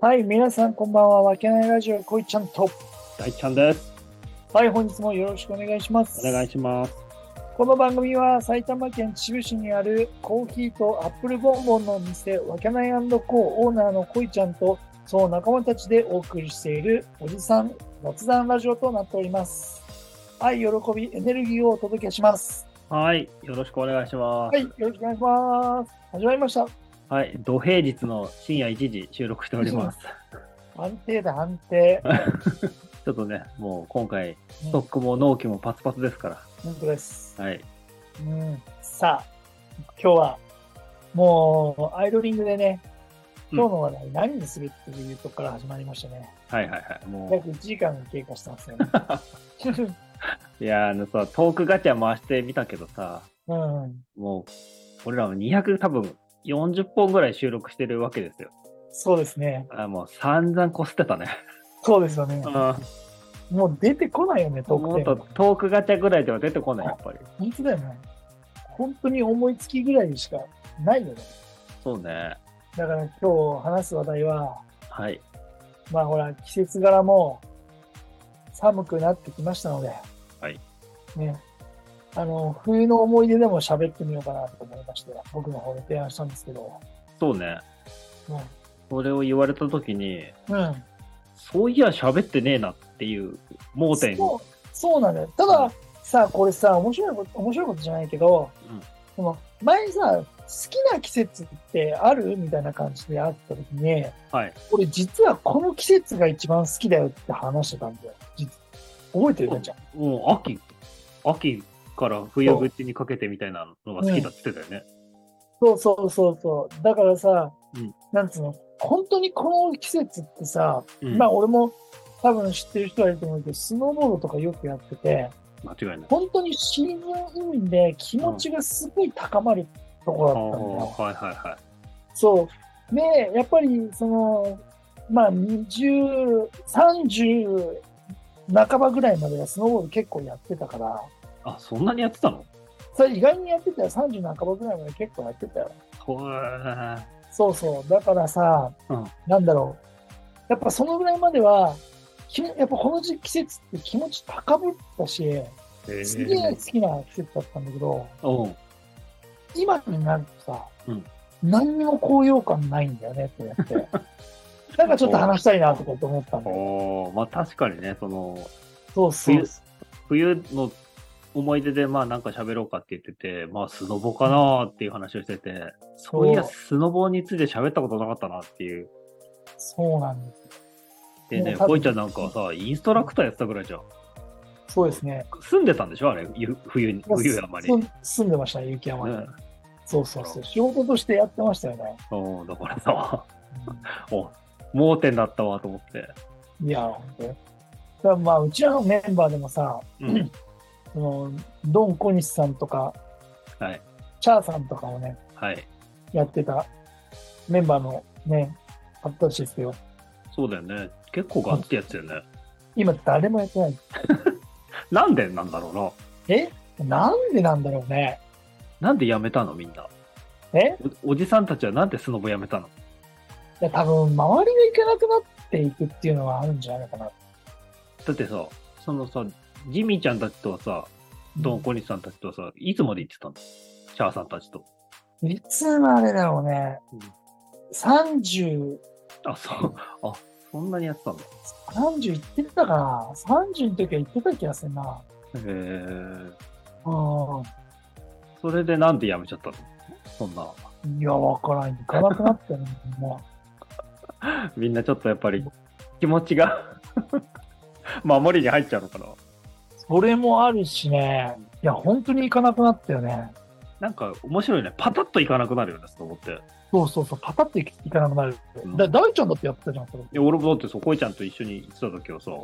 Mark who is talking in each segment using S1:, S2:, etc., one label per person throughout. S1: はい、皆さんこんばんは。わけないラジオ、こいちゃんと。
S2: 大ちゃんです。
S1: はい、本日もよろしくお願いします。
S2: お願いします。
S1: この番組は埼玉県秩父市にあるコーヒーとアップルボンボンの店、わけないコーオーナーのこいちゃんと、その仲間たちでお送りしているおじさん雑談ラジオとなっております。愛、喜び、エネルギーをお届けします。
S2: はい、よろしくお願いしま
S1: はい、よろしくお願いします。始まりました。
S2: す。はい、土平日の深夜1時収録しております。
S1: 安定だ、安定。
S2: ちょっとね、もう今回、
S1: うん
S2: ストックも納期もパツパツですか
S1: 本当です。
S2: ら。はい。
S1: うん、さあ、今日は、もう、アイドリングでね、
S2: うん
S1: 今日の話題何にするっていうとこから始まりましたね。
S2: はいはいはい。も
S1: 約1時間が経過したんですよね。
S2: う、いやー、あのさ、トークガチャ回してみたけどさ、
S1: うん、
S2: もう、俺らも200多分、40本ぐらい収録してるわけですよ。
S1: そうですね。
S2: あもう散々こすってたね。
S1: そうですよね
S2: う。ん
S1: もう出てこないよね、ト
S2: も
S1: ーク
S2: っと
S1: テーマ。
S2: トークガチャぐらいでは出てこない、やっぱり。
S1: 本当だよね。本当に思いつきぐらいしかないよね。
S2: そうね。
S1: だから今日話す話題は、
S2: はい。
S1: まあほら、季節柄も寒くなってきましたので、
S2: はい。
S1: ね。あの、冬の思い出でも喋ってみようかなと思いまして、僕の方で提案したんですけど、
S2: そうね。
S1: う
S2: それを言われたときに、
S1: ん。うん。
S2: そういや喋ってねえなっていう盲点
S1: そう
S2: を、
S1: そうなんだよ。ただ、さ、これさ、面白いこと、面白いことじゃないけど、
S2: うん
S1: その、前にさ、好きな季節ってあるみたいな感じであった時に、
S2: はい、
S1: 俺実はこの季節が一番好きだよって話してたんだよ。実覚えてるかちゃん。
S2: もう秋秋から冬口にかけてみたいなのが好きだって言ってたよね、
S1: そうそうそうそう。だからさ、
S2: うん
S1: なんつうの、本当にこの季節ってさ、
S2: うん
S1: まあ俺も多分知ってる人はいると思うけど、スノーボードとかよくやってて、
S2: 間違いない
S1: 本当にシーズンインで気持ちがすごい高まるとこ
S2: あ
S1: だ
S2: あ
S1: ったんだよ。
S2: はいはいは
S1: そう。で、やっぱりその、まあ20、30半ばぐらいまではスノーボード結構やってたから、
S2: いあそんなにやってたの
S1: それ意外にやってたよ。30半ばぐらいまで結構やってたよ。
S2: ほー
S1: そうそう。だからさ、
S2: うん
S1: なんだろう。やっぱそのぐらいまでは、きやっぱこの時季節って気持ち高ぶったし、
S2: へえ
S1: すげえ好きな季節だったんだけど、
S2: うん
S1: 今になるとさ、
S2: うん
S1: 何にも高揚感ないんだよねって思 って。なんかちょっと話したいなとかって思ったんだよ。
S2: おーまあ確かにねその
S1: そうそう。
S2: 冬の思い出でまあなんか喋ろうかって言っててまあスノボかなーっていう話をしててそういやスノボについて喋ったことなかったなっていう
S1: そうなんです。
S2: でね
S1: もう多分
S2: こいちゃんなんかさインストラクターやってたぐらいじゃん
S1: そうですね。
S2: 住んでたんでしょあれ、ゆ冬に、冬山に。
S1: そ
S2: ね
S1: 住んでましたね、雪山に。
S2: う
S1: そうそうそう。仕事としてやってましたよね。
S2: ん、だからさ、
S1: うん
S2: お盲点だったわと思って。
S1: いや、本当よだからまあ、うちらのメンバーでもさ、
S2: うん、
S1: そのドン小西さんとか、
S2: はい、
S1: チャーさんとかをね、
S2: はい。
S1: やってたメンバーのね、あったしですけど、
S2: そうだよね。結構ガッツリやってたよね。
S1: 今誰もやってない。
S2: なんでなんだろう
S1: えなんでなんだろうね。
S2: な。なんでやめたのみんな。
S1: え
S2: おおじさんたちはなんでスノボやめたの
S1: いや多分、周りが行かなくなっていくっていうのはあるんじゃないかな。
S2: だってさ、そのさ、ジミーちゃんたちとはさ、ドンコニさんたちとはさ、いつまで行ってたのチャーさんたちと。
S1: いつまでだろうね。
S2: うん
S1: 30、
S2: あ、そう。あ、そんなにやってたんだ。
S1: 30行ってたかな。30の時は行ってた気がするな。
S2: へえ。
S1: うん。
S2: それでなんでやめちゃったのそんな。
S1: いや、わからん。行かなくなったよね。も
S2: みんなちょっとやっぱり気持ちが 守りに入っちゃうのかな。
S1: う それもあるしね。いや、本当に行かなくなったよね。
S2: なんか面白いね。パタッといかなくなるよね、と思って。い
S1: そうそうそう。パタって行かなくなる。
S2: うん
S1: だ大ちゃんだってやってたじゃん、それ。
S2: や俺もだってそう、こいちゃんと一緒に行ってた時はさ、
S1: うん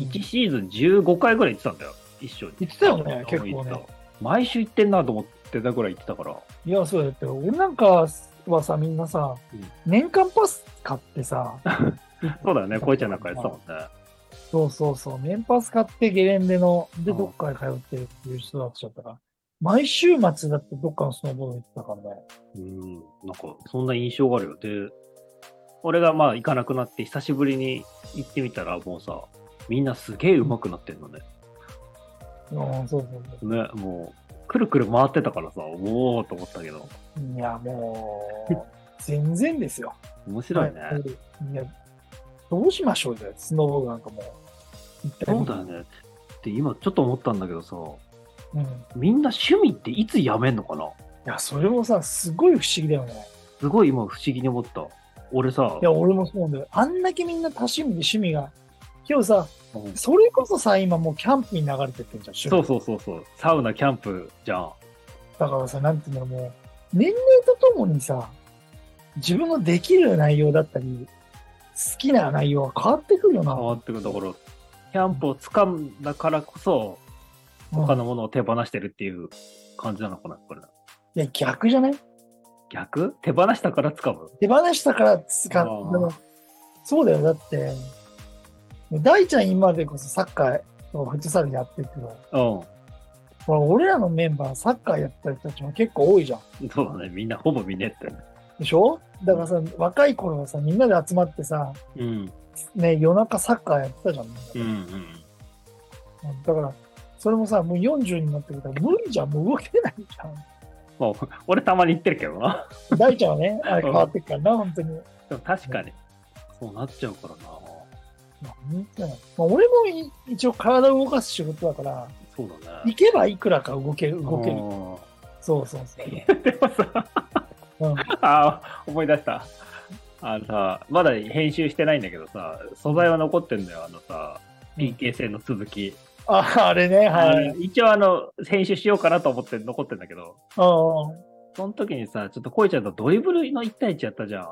S2: 1シーズン15回ぐらい行ってたんだよ、一緒に。
S1: 行ってたよね
S2: うん
S1: 結構ね。
S2: 行ってた毎週行ってんなと思ってたぐらい行ってたから。
S1: いや、そうだって、俺なんかはさ、みんなさ、
S2: うん
S1: 年間パス買ってさ、
S2: そうだよね、こいちゃんなんかやってたもんね。
S1: そうそうそう、年パス買ってゲレンデの、で、
S2: うん
S1: どっかへ通ってるっていう人たちだったから、毎週末だってどっかのスノーボード行ってたからね。
S2: うん、なんかそんな印象があるよ。で、俺がまあ行かなくなって久しぶりに行ってみたらもうさ、みんなすげえ上手くなってんのね。
S1: うん、そうそうそ
S2: ね、もう、くるくる回ってたからさ、おおと思ったけど、
S1: う。いや、も う、全然ですよ。
S2: 面白いね。
S1: はいいや、どうしましょうよ、スノボなんかもう。一体
S2: そうだよね。で、今ちょっと思ったんだけどさ、
S1: うん。い
S2: みんな趣味っていつやめんのかな
S1: や、それもさ、すごい不思議だよね。
S2: すごい今不思議に思った。俺さ
S1: い、や、俺もそうなんだよ。あんだけみんな多趣味で趣味が。今日さ、
S2: うん
S1: それこそさ、今もうキャンプに流れてってんじゃん、趣味
S2: そうそうそうそう、サウナ、キャンプじゃん。
S1: だからさ、なんていうのもう、年齢とともにさ、自分のできる内容だったり、好きな内容が変わってくるよな。
S2: 変わってくるところ、キャンプを掴んだからこそ、他のものを手放してるっていう感じなのかな、これ。
S1: いや、逆じゃない
S2: 逆手放したから掴む
S1: 手放したから使っ
S2: あー
S1: でもそうだよ、だって、大ちゃん今までこそサッカーとフットサルやってるけど、
S2: う
S1: ほら俺らのメンバーサッカーやってる人たちも結構多いじゃん。
S2: ん。そうだね、みんなほぼ見ねえっ
S1: でしょだからさ、若い頃はさ、みんなで集まってさ、
S2: て。うん。
S1: ね、夜中サッカーやってたじゃん。みんな
S2: うんうん。
S1: だから、それもさ、もう40になってくるから、無理じゃん、もう動けないじゃ
S2: まあ、俺たまに言ってるけどな。
S1: ん。 大ちゃんはね、あれ変わってっからな、本当に。
S2: でも確かに。そうなっちゃうからな。
S1: まあ本当だよまあ、俺もい一応体を動かす仕事だから、
S2: そうだ
S1: 行
S2: ね。
S1: けばいくらか動ける、動ける。
S2: うん
S1: そうそうそう。
S2: でもさ、
S1: うん
S2: あー 思い出した。あのさ、まだ編集してないんだけどさ、素材は残ってんだよ、あのさ、PK 戦の続き。
S1: あ、あれね、
S2: あ
S1: はい。
S2: の一応あの、編集しようかなと思って残ってんだけど、
S1: うん
S2: その時にさ、ちょっとこいちゃんとドリブルの1対1やったじゃん。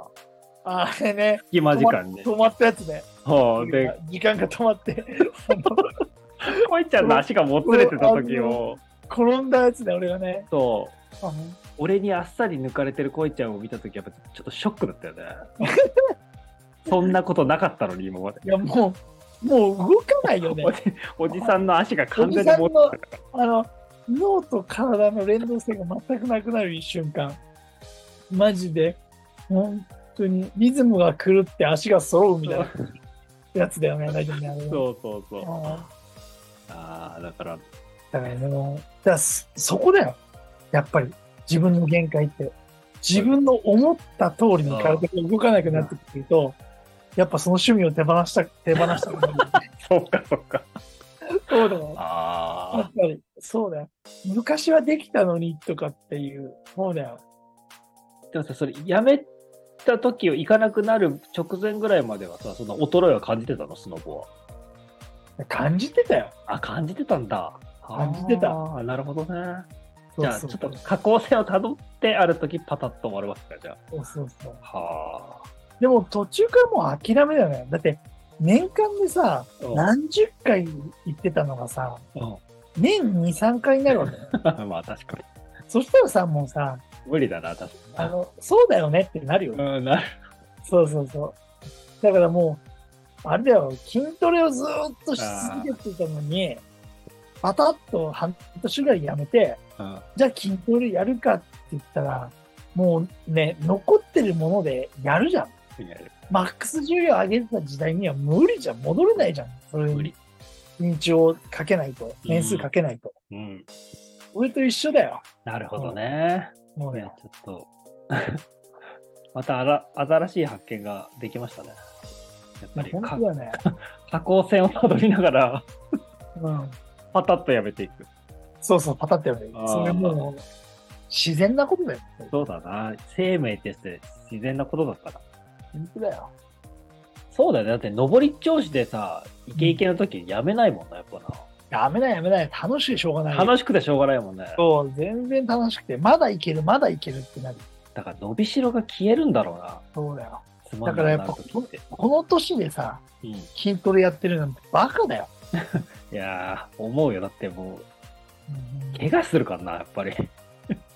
S1: あれね、
S2: 隙間時間で。
S1: 止まったやつね。
S2: そう。で、
S1: 時間が止まって、
S2: こいちゃんの足がもつれてた時を、
S1: 転んだやつね、俺がね。
S2: そう。
S1: あ
S2: 俺にあっさり抜かれてる恋ちゃんを見た時やっぱちょっとショックだったよねそんなことなかったのに今まで
S1: いや、もう、もう動かないよね
S2: お。じおじさんの足が 完全に持ってたから
S1: あの、脳と体の連動性が全くなくなる一瞬間。マジで、本当にリズムが狂って足が揃うみたいなやつだよね、大丈夫ね。あれは
S2: そうそうそう
S1: あ
S2: ああだから
S1: ーだからね、もうだからそそこだよ。やっぱり、自分の限界って。自分の思った通りに体が動かなくなってくると、やっぱその趣味を手放した、手放したく なる。
S2: そうかそうか
S1: そうだよ。や
S2: あ
S1: っぱり、そうだよ。昔はできたのにとかっていう、そうだよ。
S2: あでもさそれやめた時を行かなくなる直前ぐらいまではさその衰えは感じてたのスノボは
S1: 感じてたよ。
S2: あ感じてたんだ
S1: 感じてた
S2: あーなるほどね
S1: そう
S2: じゃあち
S1: そ
S2: ょ
S1: う
S2: っと下降線をたどってある時パタッと終わるわけかじゃ
S1: そうそうそう。
S2: あは
S1: でも途中からもう諦めだよね。だって、年間でさ、
S2: あうん
S1: 何十回行ってたのがさ、
S2: うん
S1: 年2、3回になるわけ。
S2: まあ確かに。
S1: そしたらさ、もうさ、
S2: 無理だな、確
S1: あ
S2: かに。
S1: の、そうだよねってなるよね。
S2: うん、なる。
S1: そうそうそう。だからもう、あれだよ、筋トレをずーっとし続けてたのに、パタッと半年ぐらいやめて、
S2: うん、
S1: じゃあ筋トレやるかって言ったら、もうね、残ってるものでやるじゃん。マックス重量上げてた時代には無理じゃん。戻れないじゃん。それ
S2: 無
S1: に
S2: 理。
S1: 日をかけないと。年数かけないと。
S2: うん。
S1: 俺と一緒だよ。
S2: なるほどね。
S1: もう
S2: い
S1: ね
S2: や、ちょっと。 またあら新しい発見ができましたね。やっぱり
S1: 本
S2: か
S1: 当だね。
S2: 下降線をたどりながら、
S1: うん。
S2: パタッとやめていく。
S1: そうそう、パタってやる
S2: あー
S1: それもう、自然なことだよ。
S2: そうだな。生命ってやつで自然なことだから。
S1: 本当だよ。
S2: そうだよね。だって、上り調子でさ、イケイケの時やめないもんな、やっぱ
S1: やめないやめない。楽しくてしょうがな
S2: な。
S1: い。
S2: 楽しくてしょうがないもんね。
S1: そう、全然楽しくて、まだいける、まだいけるってなる。
S2: だから、伸びしろが消えるんだろうな。
S1: そうだよ。
S2: つま
S1: だ
S2: ん
S1: か
S2: な
S1: ら
S2: く
S1: や
S2: な
S1: っぱ、
S2: る時
S1: こ
S2: って。
S1: この年でさ、
S2: うん
S1: 筋トレやってるなんてバカだよ。
S2: いやー、思うよ。だっても
S1: うん
S2: う、怪我するからな、やっぱり。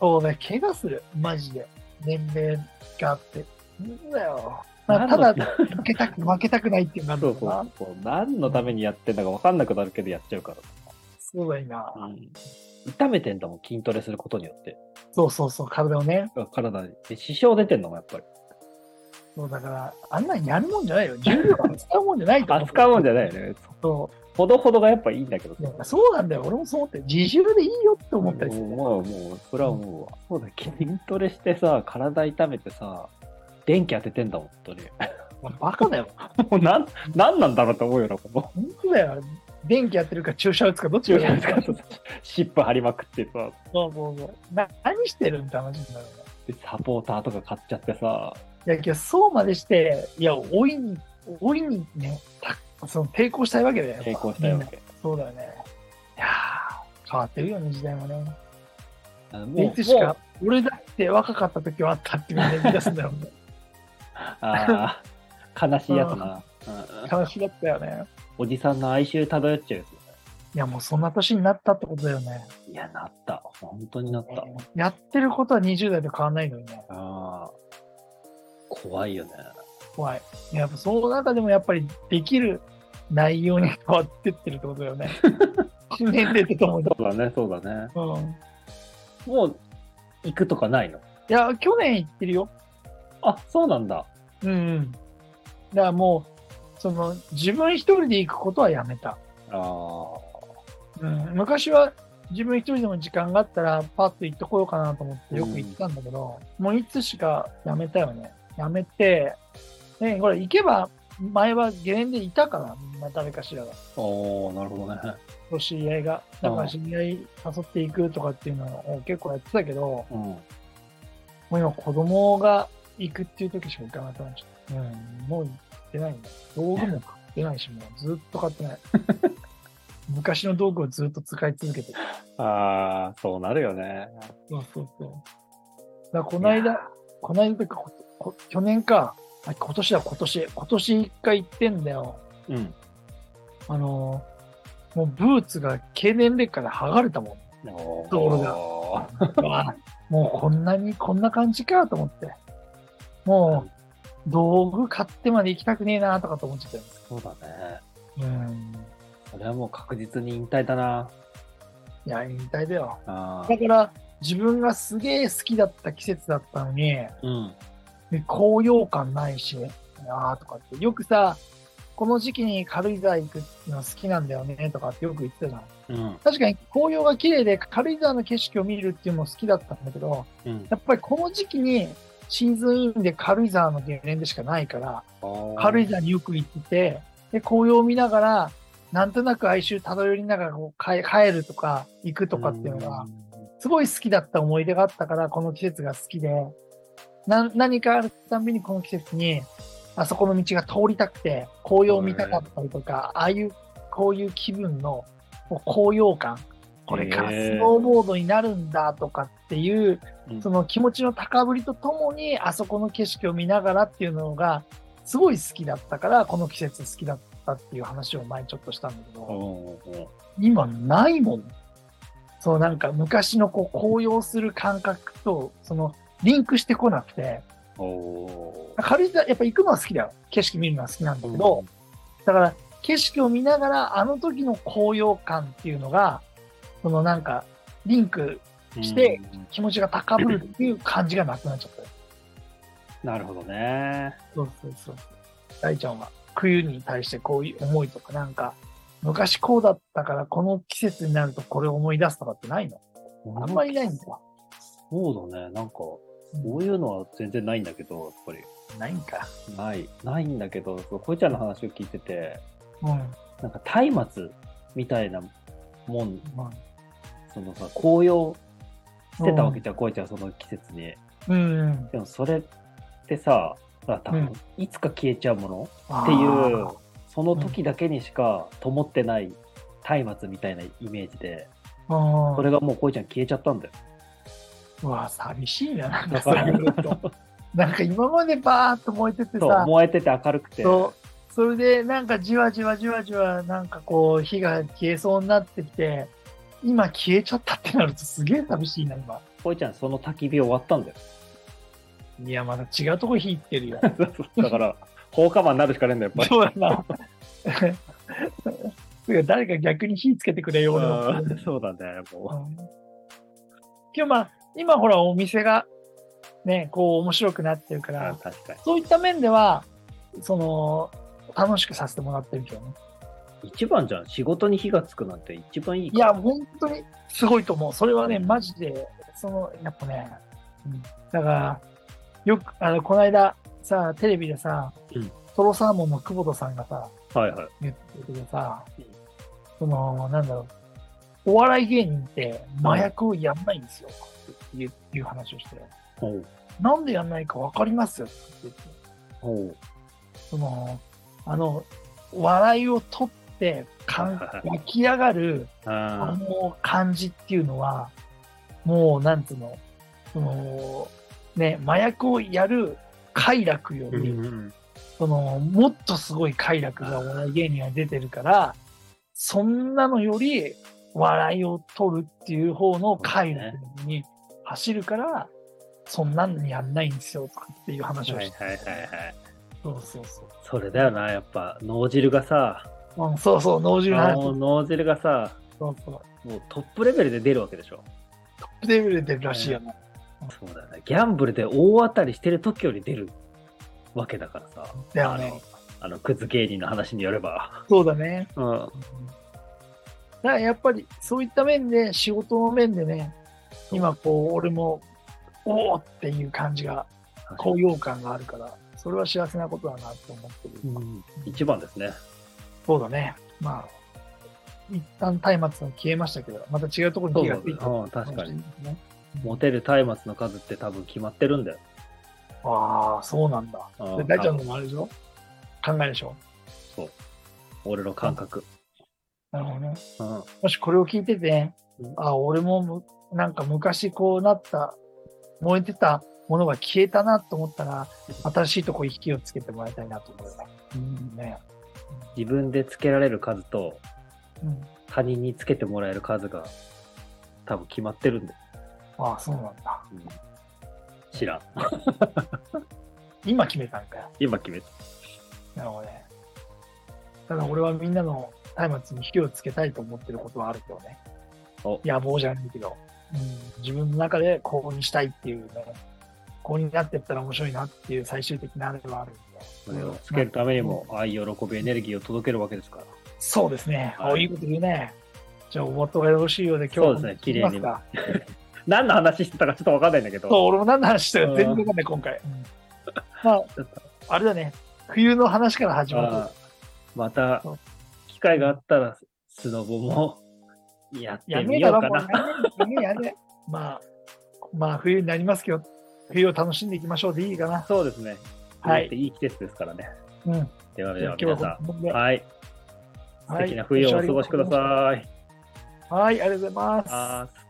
S1: そうね、怪我する、マジで。年齢があって。なんだよ。まあ、た
S2: 何
S1: だ、
S2: の
S1: 負けたく、負けたくないっていうのがあ
S2: そ
S1: る
S2: う
S1: の
S2: そ
S1: かな
S2: う。そう。何のためにやってんだか分かんなくなるけどやっちゃうか
S1: そうだよな。
S2: ら。痛めてんだもん、筋トレすることによって。
S1: そうそうそう、体をね。
S2: 体に。で支障出てんのもやっぱり。
S1: そうだから、あんなんやるもんじゃないよ。重量扱うもんじゃないと思う。
S2: 扱うもんじゃないよね。
S1: そ
S2: ほどほどがやっぱいいんだけど
S1: う。。なんかそうなんだよ。俺もそう思って、自重でいいよって思ったりする。
S2: もう、もう、それはもう、そうだ、筋トレしてさ、体痛めてさ、電気当ててんだもん、本当に。
S1: バカだよ。
S2: もう、なん、なんなんだろうと思うよな、こ の。
S1: 本当だよ。電気やってるか注射打つかどっち
S2: 中
S1: かだ
S2: 間
S1: よ。
S2: 使って、湿布貼りまくってさ、
S1: そうそうそう。な何してるんって話になるよね
S2: でサポーターとか買っちゃってさ、
S1: いや、けどそうまでして、いや、老いに、老いにね、たその抵抗したいわけだよ。やっぱ
S2: 成功したいわ
S1: みんな
S2: け。
S1: そうだよね。いやー変わってるよね、時代もね。
S2: あの
S1: いつしか、俺だって若かった時はあったってみんな言い出すんだよね。
S2: ああ、悲しいやつな。うん
S1: 悲しだったよね。
S2: おじさんの哀愁漂っちゃうやつ
S1: いや、もうそんな年になったってことだよね。
S2: いや、なった。本当になった。
S1: やってることは20代と変わんないのにね。
S2: ああ。怖いよね。
S1: 怖い。やっぱその中でもやっぱりできる内容に変わってってるってことだ よね。年齢とともに。
S2: そうだね、そうだね。
S1: うん。
S2: もう、行くとかないの
S1: いや、去年行ってるよ。
S2: あ、そうなんだ。
S1: うん、うん。だからもう、その、自分一人で行くことはやめた。
S2: ああ。
S1: うん。昔は自分一人でも時間があったら、パッと行ってこようかなと思ってよく行ってたんだけど、もういつしかやめたよね。やめて、ね、これ行けば、前はゲレンデいたから、まあ、誰かしらが。
S2: おおなるほどね。
S1: お知り合いが。だか
S2: うん
S1: ら知り合い誘っていくとかっていうのを結構やってたけど、も
S2: うん。
S1: う今子供が行くっていう時しか行かなくなっちゃった。うん、もう行ってないんだ。道具も買ってないし、もうずっと買 ってない。昔の道具をずっと使い続けてる。
S2: ああ、そうなるよね。
S1: そうそうそう。だからこの間、この間というかここ去年か、あ今年だ今年、今年一回行ってんだよ。
S2: うん。
S1: あのー、もうブーツが経年劣化で剥がれたもん。
S2: おー
S1: ところがわもうこんなに、こんな感じかと思って。もう、道具買ってまで行きたくねえなとかと思っちゃったよ。
S2: そうだね。
S1: うん。
S2: それはもう確実に引退だな。
S1: いや、引退だよ。
S2: ああ
S1: だ。から、自分がすげえ好きだった季節だったのに、
S2: うん。
S1: で高揚感ないし、ああとかって。よくさ、この時期に軽井沢行くの好きなんだよねとかってよく言ってたじゃん。
S2: うん。
S1: 確かに紅葉が綺麗で軽井沢の景色を見るっていうのも好きだったんだけど、
S2: うん。
S1: やっぱりこの時期にシーズンインで軽井沢のゲレンデしかないから、軽井
S2: じゃ
S1: 沢によく行ってて、で、紅葉を見ながら、なんとなく哀愁漂りながらこう帰帰るとか行くとかっていうのが、すごい好きだった思い出があったから、この季節が好きで、な何かあるたんびにこの季節に、あそこの道が通りたくて、紅葉を見たかったりとか、ああいう、こういう気分のこう高揚感、これからスノーボードになるんだとかっていう、
S2: うん
S1: その気持ちの高ぶりとともに、あそこの景色を見ながらっていうのが、すごい好きだったから、この季節好きだったっていう話を前ちょっとしたんだけど、
S2: おーお
S1: 今ないもん。そうなんか昔のこう紅葉する感覚と、そのリンクしてこなくて、
S2: ーお
S1: 軽井沢、やっぱ行くのは好きだよ。景色見るのは好きなんだけ
S2: ー。
S1: ど、だから景色を見ながらあの時の高揚感っていうのが、そのなんかリンクして
S2: うん
S1: 気持ちが高ぶるっていう感じがなくなっちゃったよ。
S2: なるほどね。
S1: そうそうそう。大ちゃんは冬に対してこういう思いとかなんか、昔こうだったからこの季節になるとこれを思い出すとかってないのあんまりないんだ。
S2: そうだね。なんか、そういうのは全然ないんだけど、やっぱり。
S1: ないんか。
S2: ない。ないんだけど、そうこいちゃんの話を聞いてて、
S1: うん。
S2: なんか、松明みたいなもん、
S1: ま
S2: そのさ、紅葉
S1: あ、
S2: してたわけじゃん、こいちゃん、その季節に。
S1: うん。うん。
S2: でも、それってさ、さ多分
S1: うん
S2: いつか消えちゃうもの
S1: っ
S2: っていう、その時だけにしか灯ってない松明みたいなイメージで、
S1: うん。
S2: それがもうこいちゃん消えちゃったんだよ。
S1: うわ、寂しいな。なんか
S2: だ
S1: そ
S2: から
S1: れ見ると。なんか今までバーっと燃えてて
S2: そう
S1: さ、
S2: 燃えてて明るくて。
S1: そう。それで、なんかじわじわじわじわ、なんかこう、火が消えそうになってきて、今消えちゃったってなるとすげえ寂しいな、今。
S2: こいちゃん、その焚き火終わったんだ よ。
S1: いや、まだ違うとこ火行ってるよ。
S2: だから、放火魔になるしかねえんだよ、やっぱり。
S1: そうだな。てか誰か逆に火つけてくれような。
S2: そうだね、も
S1: 今日まあ、今ほらお店がね、こう面白くなってるか
S2: あ
S1: ら、
S2: 確かに。
S1: そういった面では、その、楽しくさせてもらってるけどね。
S2: 一番じゃん。仕事に火がつくなんて一番いい
S1: い
S2: から
S1: や、本当にすごいと思う。それはね、マジで、その、やっぱね、うん、だから、よく、あの、この間、さ、テレビでさ、
S2: うん
S1: トロサーモンの久保田さんがさ、
S2: はいはい。
S1: 言ってたけどさ
S2: うん、
S1: その、なんだろう、お笑い芸人って麻薬をやんないんですよ、っていういう話をして、
S2: ほう。
S1: なんでやんないかわかりますよって言って、
S2: ほう。
S1: その、あの、笑いを取って、か ん湧き上がる、あ
S2: あ
S1: の感じっていうのは、もう、なんつうの、その、ね、麻薬をやる快楽よ
S2: ーうん
S1: り、
S2: うん
S1: その、もっとすごい快楽がお笑い芸人は出てるから、そんなのより、笑いを取るっていう方の快楽に走るから、そんなんやんないんですよ、とかっていう
S2: はい
S1: 話を
S2: は
S1: し
S2: い
S1: て。
S2: はいはい。
S1: そうそうそう。
S2: それだよな、やっぱ、脳汁がさ、
S1: うん、そうそう、脳汁の
S2: あ
S1: 話。
S2: の脳汁がさ、
S1: そうそう。
S2: もうトップレベルで出るわけでしょ。
S1: トップレベルで出るらしいよね。
S2: そうだよね。ギャンブルで大当たりしてる時より出るわけだからさ。
S1: だよね。
S2: あの、あのクズ芸人の話によれば。
S1: そうだね。
S2: うん。
S1: だからやっぱりそういった面で仕事の面でね今こう俺もおおっていう感じが高揚感があるからそれは幸せなことだなと思ってる、
S2: うん一番ですね。
S1: そうだねまあ一旦松明は消えましたけどまた違うところに
S2: そう
S1: 火
S2: だ
S1: がついて
S2: ねうん、確かに。
S1: ね、
S2: モテる松明の数って多分決まってるんだよ。
S1: ああそうなんだ
S2: うん
S1: で大ちゃんのもあるでしょ考えでしょ
S2: そう。俺の感覚。
S1: なるほどね
S2: うん。
S1: もしこれを聞いてて
S2: うん、
S1: あ、俺もむなんか昔こうなった、燃えてたものが消えたなと思ったら、新しいとこに火をつけてもらいたいなと思います。うん、ね。
S2: 自分でつけられる数と
S1: うん。
S2: 他人につけてもらえる数が多分決まってるんだよ。
S1: ああ、そうなんだ。
S2: うん知らん。
S1: 今決めたんかよ。
S2: 今決めた。
S1: なるほどね。ただ俺はみんなの松明に火をつけたいと思ってることはあるけどね
S2: お。
S1: 野望じゃないけど、うん、自分の中でこうにしたいっていうね、こうになってったら面白いなっていう最終的なあれはあるんで。
S2: それをつけるためにも愛、喜び、エネルギーを届けるわけですから。
S1: そうですね。
S2: はい
S1: おいいこと言うね。じゃあ、おもっとがよろしいようで、今日
S2: そうですね綺麗
S1: 行き
S2: に
S1: ますか
S2: 何の話してたかちょっとわかんないんだけど。
S1: そう、俺も何の話してるか全然わかんない、今回。 うんまあ、あれだね。冬の話から始ま
S2: あーまた
S1: そう、
S2: 機会があったら、スノボもやっ
S1: る。やめ
S2: てみ
S1: えだ
S2: よう
S1: ろ、
S2: か
S1: もう
S2: な。
S1: やめえ。やめえ、やめえ。 まあ、まあ、冬になりますけど、冬を楽しんでいきましょうでいいかな。
S2: そうですね。
S1: はい
S2: だっていい季節ですからね。
S1: うん。
S2: ではで
S1: じゃあ
S2: は
S1: 今日はこ
S2: 皆さ
S1: の辺
S2: ん、
S1: で
S2: はい。素
S1: はい
S2: 敵な冬をお過ごしください。
S1: はい、ありがとうございます。
S2: あー